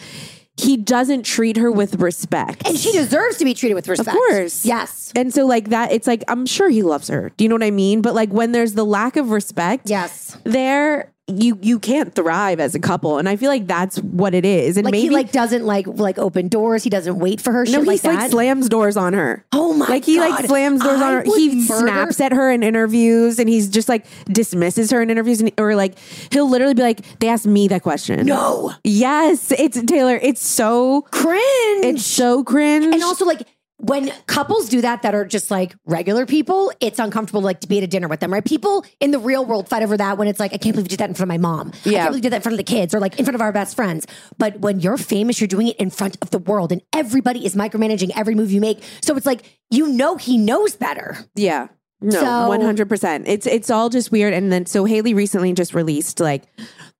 he doesn't treat her with respect. and she deserves to be treated with respect. course. yes, And so like that, it's like I'm sure he loves her. Do you know what I mean? But like when there's the lack of respect, yes. there you you can't thrive as a couple. And I feel like that's what it is. And Like maybe he like doesn't like like open doors. He doesn't wait for her. no, shit he like like, that. slams doors on her. Oh my Like he like God. slams doors on I her. He would murder- snaps at her in interviews, and he's just like dismisses her in interviews, and, or like he'll literally be like, "They asked me that question." no Yes, it's Taylor. It's so cringe. it's so cringe. and also like when couples do that that are just like regular people, it's uncomfortable like to be at a dinner with them, right? People in the real world fight over that when it's like, I can't believe you did that in front of my mom. I Yeah. can't believe you did that in front of the kids or like in front of our best friends. But when you're famous, you're doing it in front of the world and everybody is micromanaging every move you make. So it's like, you know, he knows better. Yeah. No, So- one hundred percent. It's it's all just weird. And then so Haley recently just released like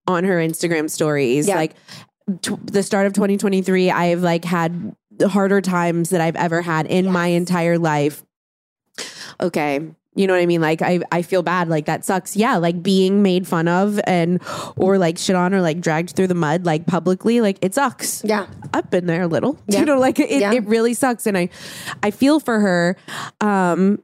on her Instagram stories, Yeah. like t- the start of twenty twenty three. I have like had the harder times that I've ever had in my entire life. Okay. You know what I mean? Like I, I feel bad. Like that sucks. Yeah. Like being made fun of and or like shit on or like dragged through the mud like publicly. Like it sucks. Yeah. I've been there a little. <laughs> Yeah. You know, like it, Yeah. it really sucks. And I I feel for her. Um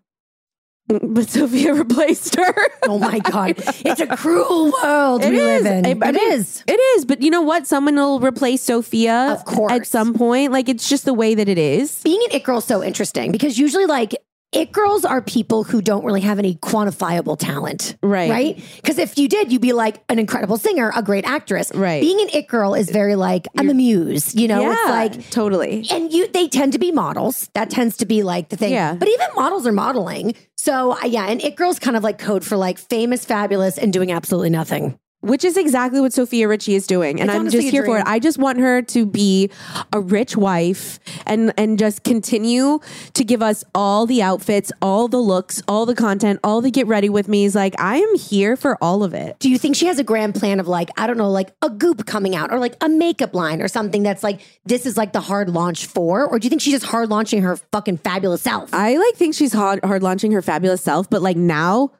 but <laughs> Sophia replaced her. Oh my God. it's a cruel world It we live is. in. I- <laughs> I it mean, is. It is. But you know what? Someone will replace Sophia Of course. at some point. Like it's just the way that it is. being an it girl is so interesting because usually like it girls are people who don't really have any quantifiable talent. Right. Right. Because if you did, you'd be like an incredible singer, a great actress. Right. Being an it girl is very like, I'm a muse, you know? It's like, totally. and you they tend to be models. That tends to be like the thing. Yeah. But even models are modeling. So uh, yeah, and it girls kind of like code for like famous, fabulous, and doing absolutely nothing. Which is exactly what Sophia Richie is doing. And It's I'm honestly just a here for dream. it. I just want her to be a rich wife and and just continue to give us all the outfits, all the looks, all the content, all the get ready with me's. Like I am here for all of it. Do you think she has a grand plan of like, I don't know, like a goop coming out or like a makeup line or something that's like, this is like the hard launch for? Or do you think she's just hard launching her fucking fabulous self? I like think she's hard, hard launching her fabulous self, but like now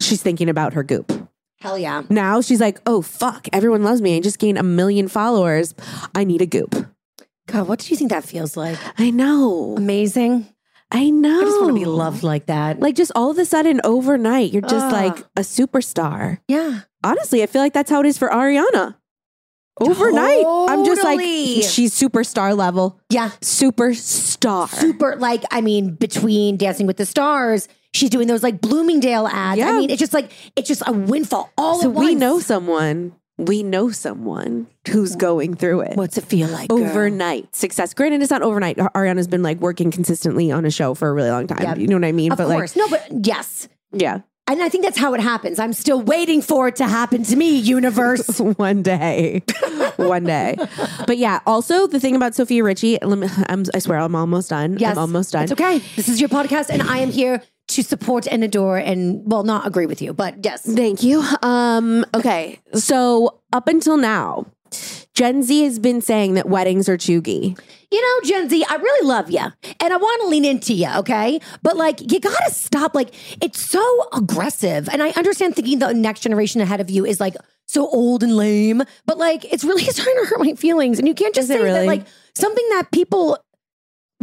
she's thinking about her goop. Hell yeah. Now she's like, oh fuck, everyone loves me. I just gained a million followers. I need a goop. God, what do you think that feels like? I know. Amazing. I know. I just want to be loved Oh. like that. Like just all of a sudden overnight, you're just Ugh. like a superstar. yeah. Honestly, I feel like that's how it is for Ariana. Overnight, I'm just like Totally. she's superstar level, Yeah. superstar. Super, like, I mean, between Dancing with the Stars, she's doing those like Bloomingdale ads. Yeah. I mean, it's just like, it's just a windfall all so at once. we know someone. We know someone who's going through it. What's it feel like? girl? overnight success. Granted, it's not overnight. Ariana's been like working consistently on a show for a really long time. Yeah. You know what I mean? Of but course. no, but yes. like, yeah, And I think that's how it happens. I'm still waiting for it to happen to me, <laughs> universe. one day, <laughs> one day. But yeah, also the thing about Sophia Richie, let me- I'm, I swear I'm almost done. Yes. I'm almost done. It's okay. This is your podcast, and I am here to support and adore and, well, not agree with you, but yes. Thank you. Um, okay. So up until now, Gen Z has been saying that weddings are chuggy. You know, Gen Z, I really love you and I want to lean into you, okay? But like, you got to stop. Like, it's so aggressive. And I understand thinking the next generation ahead of you is like so old and lame, but like, it's really <laughs> starting to hurt my feelings. And you can't just Is it say that, really? like, something that people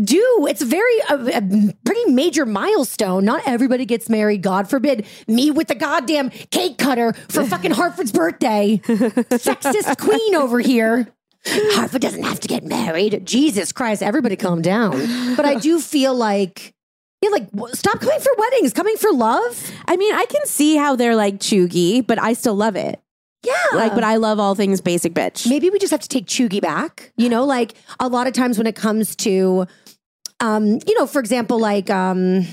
do. It's very, a, a pretty major milestone. Not everybody gets married, God forbid. Me with the goddamn cake cutter <laughs> for fucking Hartford's birthday. Sexist queen over here. <laughs> Hartford doesn't have to get married. Jesus Christ, everybody calm down. But I do feel like, yeah, like w- stop coming for weddings, coming for love. I mean, I can see how they're like chuggy, but I still love it. Yeah. Like, but I love all things basic bitch. Maybe we just have to take Chugi back. You know, like a lot of times when it comes to, um, you know, for example, like um,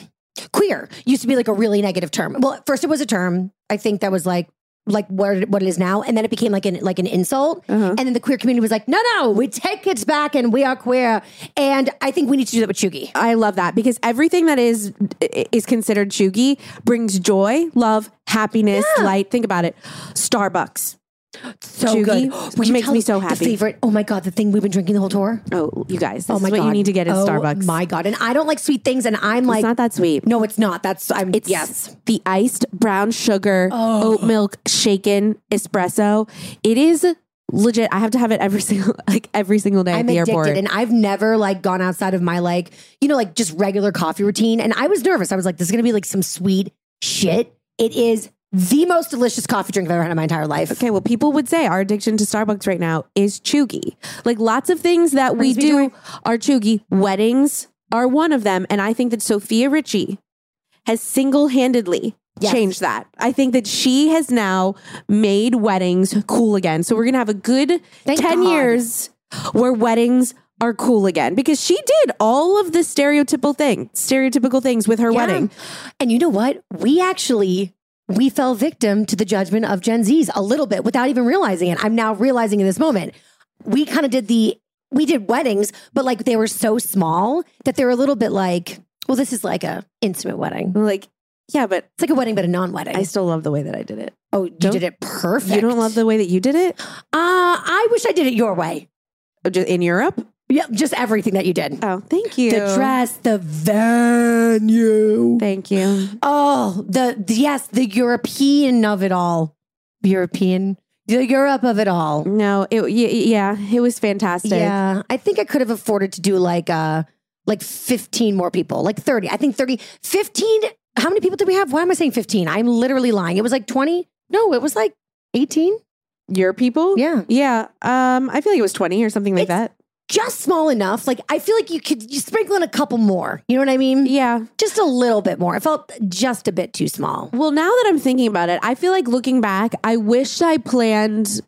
queer used to be like a really negative term. Well, at first it was a term. I think that was like like what what it is now, and then it became like an like an insult. And then the queer community was like, no, no, we take it back, and we are queer. And I think we need to do that with Chugi. I love that because everything that is is considered chuggy brings joy, love, happiness, light. Think about it. Starbucks. So <gasps> Chugi, Will which you makes tell me us so the happy. favorite. Oh my god, the thing we've been drinking the whole tour. Oh, you guys, this oh my is what god, you need to get is oh Starbucks. My god, and I don't like sweet things, and I'm it's like, not that sweet. no, it's not. That's I'm. It's yes, Oh. the iced brown sugar oat milk shaken espresso. It is legit. I have to have it every <laughs> single like every single day at I'm the addicted, airport. and I've never like gone outside of my like you know like just regular coffee routine. And I was nervous. I was like, this is gonna be like some sweet shit. It is the most delicious coffee drink I've ever had in my entire life. Okay, well, people would say our addiction to Starbucks right now is chuggy. Like lots of things that we Brings me do are chuggy. Weddings are one of them. And I think that Sophia Ritchie has single handedly Yes. changed that. I think that she has now made weddings cool again. So we're going to have a good Thank 10 God. years where weddings are cool again because she did all of the stereotypical thing, stereotypical things with her Yeah. wedding. And you know what? We actually we fell victim to the judgment of Gen Z's a little bit without even realizing it. I'm now realizing in this moment. We kind of did the we did weddings, but like they were so small that they were a little bit like, well, this is like a intimate wedding. Like, yeah, but It's like a wedding, but a non-wedding. I still love the way that I did it. oh, you don't- did it perfect. You don't love the way that you did it Uh, I wish I did it your way. Oh, ju- in Europe? Yep, just everything that you did. Oh, thank you. The dress, the venue. Thank you. Oh, the, the- yes, the European of it all. European, the Europe of it all. No, it y- yeah, it was fantastic. Yeah, I think I could have afforded to do like uh like 15 more people, like 30. I think 30 15 how many people did we have? Why am I saying 15? I'm literally lying. It was like 20? No, it was like 18. Your people? Yeah. Yeah. Um, I feel like it was 20 or something like that. Just small enough. Like I feel like you could you sprinkle in a couple more. You know what I mean? Yeah. Just a little bit more. It felt just a bit too small. Well, now that I'm thinking about it, I feel like looking back, I wish I planned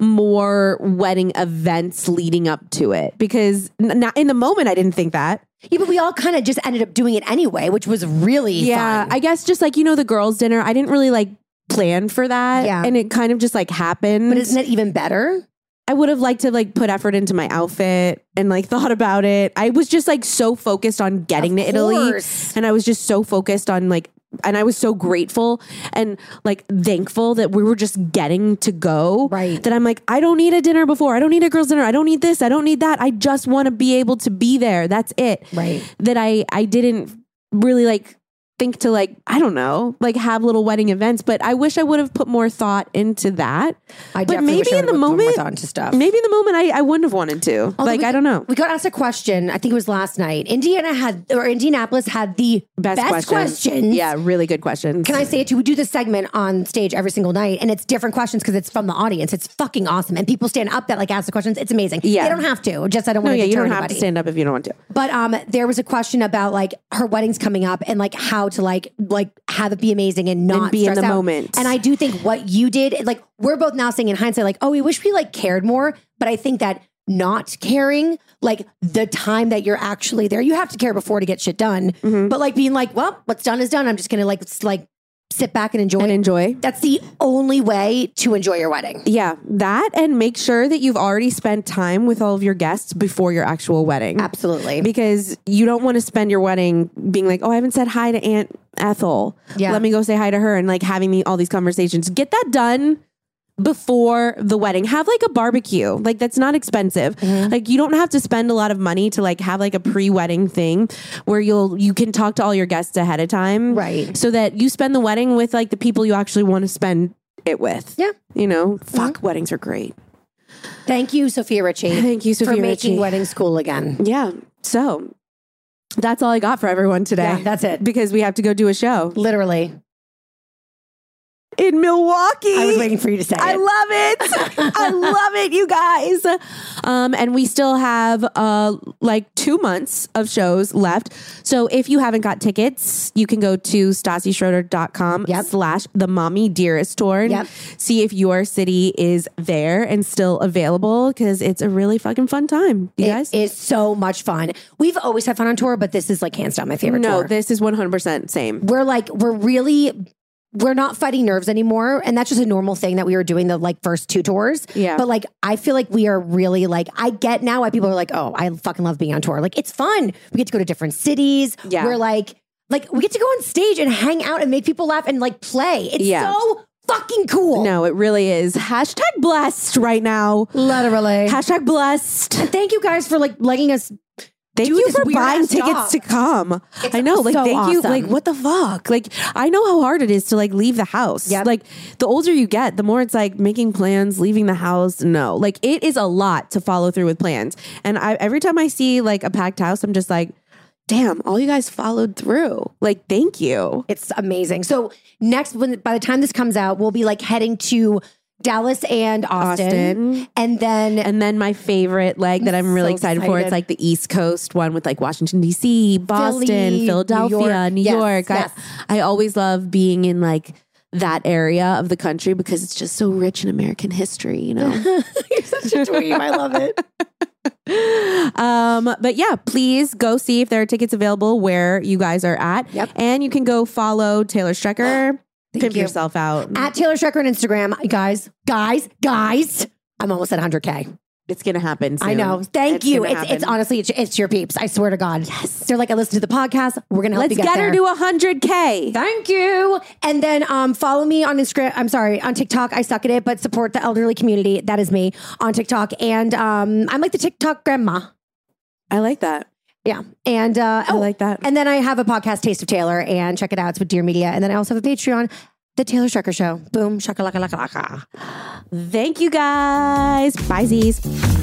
more wedding events leading up to it because n- not in the moment I didn't think that. Yeah, but we all kind of just ended up doing it anyway, which was really yeah, fun. I guess just like you know the girls' dinner, I didn't really like plan for that, Yeah. and it kind of just like happened. but isn't it even better? I would have liked to like put effort into my outfit and like <laughs> thought about it. I was just like so focused on getting to Italy course. and I was just so focused on like and I was so grateful and like thankful that we were just getting to go. Right. That I'm like, I don't need a dinner before. I don't need a girl's dinner. I don't need this. I don't need that. I just want to be able to be there. That's it. Right. That I I didn't really like think to like, I don't know, like have little wedding events. But I wish I would have put more thought into that. I but definitely maybe wish I in the would've put more moment thought into stuff. Maybe in the moment I, I wouldn't have wanted to. Although like, we- I don't know. We got asked a question. I think it was last night. Indiana had, or Indianapolis had the best, questions. Yeah, really good questions. Can I say it too? We do this segment on stage every single night, and it's different questions because it's from the audience. It's fucking awesome, and people stand up that like ask the questions. It's amazing. Yeah. they don't have to. Just I don't No, want yeah, to you deter don't anybody. have to stand up if you don't want to. But um, there was a question about like her wedding's coming up and like how to like like have it be amazing and not And be in stress the out. moment. And I do think what you did, like we're both now saying in hindsight, like oh, we wish we like cared more. But I think that not caring, like the time that you're actually there, you have to care before to get shit done. Mm-hmm. But like being like, well, what's done is done. I'm just gonna like s- like sit back and enjoy. And it. enjoy. That's the only way to enjoy your wedding. Yeah, that and make sure that you've already spent time with all of your guests before your actual wedding. Absolutely. Because you don't want to spend your wedding being like, oh, I haven't said hi to Aunt Ethel. Yeah. Let me go say hi to her and like having the, all these conversations. Get that done before the wedding. Have like a barbecue. Like that's not expensive. Mm-hmm. Like you don't have to spend a lot of money to like have like a pre-wedding thing where you'll you can talk to all your guests ahead of time. Right. So that you spend the wedding with like the people you actually want to spend it with. Yeah. Mm-hmm. You know, fuck weddings <laughs> are great. Thank you, Sophia Ritchie. Thank you, Sophia for making Ritchie. weddings cool again. Yeah. So that's all I got for everyone today. Yeah, that's it. because we have to go do a show Literally, in Milwaukee. I was waiting for you to say I it. love <laughs> it. I love it, you guys. Um, and we still have uh, like two months of shows left. So if you haven't got tickets, you can go to stassischroeder.com Yep. slash the mommy dearest tour and Yep. see if your city is there and still available because it's a really fucking fun time, you guys. It is so much fun. We've always had fun on tour, but this is like hands down my favorite no, tour. this is 100% same. we're like we're really we're not fighting nerves anymore and that's just a normal thing that we were doing the like first two tours Yeah. but like i feel like we are really like i get now why people are like oh i fucking love being on tour like it's fun we get to go to different cities Yeah. we're like like we get to go on stage and hang out and make people laugh and like play it's Yeah. so fucking cool No, it really is. Hashtag blessed right now. literally Hashtag blessed. thank you guys for like letting us Thank do you this for weird buying ass tickets job. to come. It's I know, like, so thank you. awesome. Like, what the fuck? Like, I know how hard it is to like leave the house. Yep. Like, the older you get, the more it's like making plans, leaving the house. No, like, it is a lot to follow through with plans. And I, every time I see like a packed house, I'm just like, damn, all you guys followed through. Like, thank you. It's amazing. So next, when by the time this comes out, we'll be like heading to Dallas and Austin, Austin. and then And then my favorite leg that I'm really so excited, for, it's excited. like the East Coast one with like Washington D.C., Boston, Philly, Philadelphia, New New York. York. Yes, yes. I, I always love being in like that area of the country because it's just so rich in American history, <laughs> you know. <laughs> you're such a dream. I love <laughs> it. um, but yeah, please go see if there are tickets available where you guys are at, Yep. and you can go follow <gasps> Taylor Strecker. Pimp you. yourself out. At Taylor Strecker on Instagram, guys, guys, guys. I'm almost at 100k. it's gonna happen. I soon. know. Thank It's you. gonna It's, it's happen. honestly, it's, it's your peeps. I swear to God. Yes. They're like, I listened to the podcast. We're gonna help Let's you get, get, her there. to hundred k. Thank you. And then um, follow me on Instagram. I'm sorry, on TikTok. I suck at it, but support the elderly community. That is me on TikTok. And um, I'm like the TikTok grandma. I like that. Yeah. And uh, I oh, like that. And then I have a podcast, Taste of Taylor, and check it out. It's with Dear Media. And then I also have a Patreon, The Taylor Strecker Show. Boom, shakalaka, laka, laka. Thank you guys. Bye, Z's.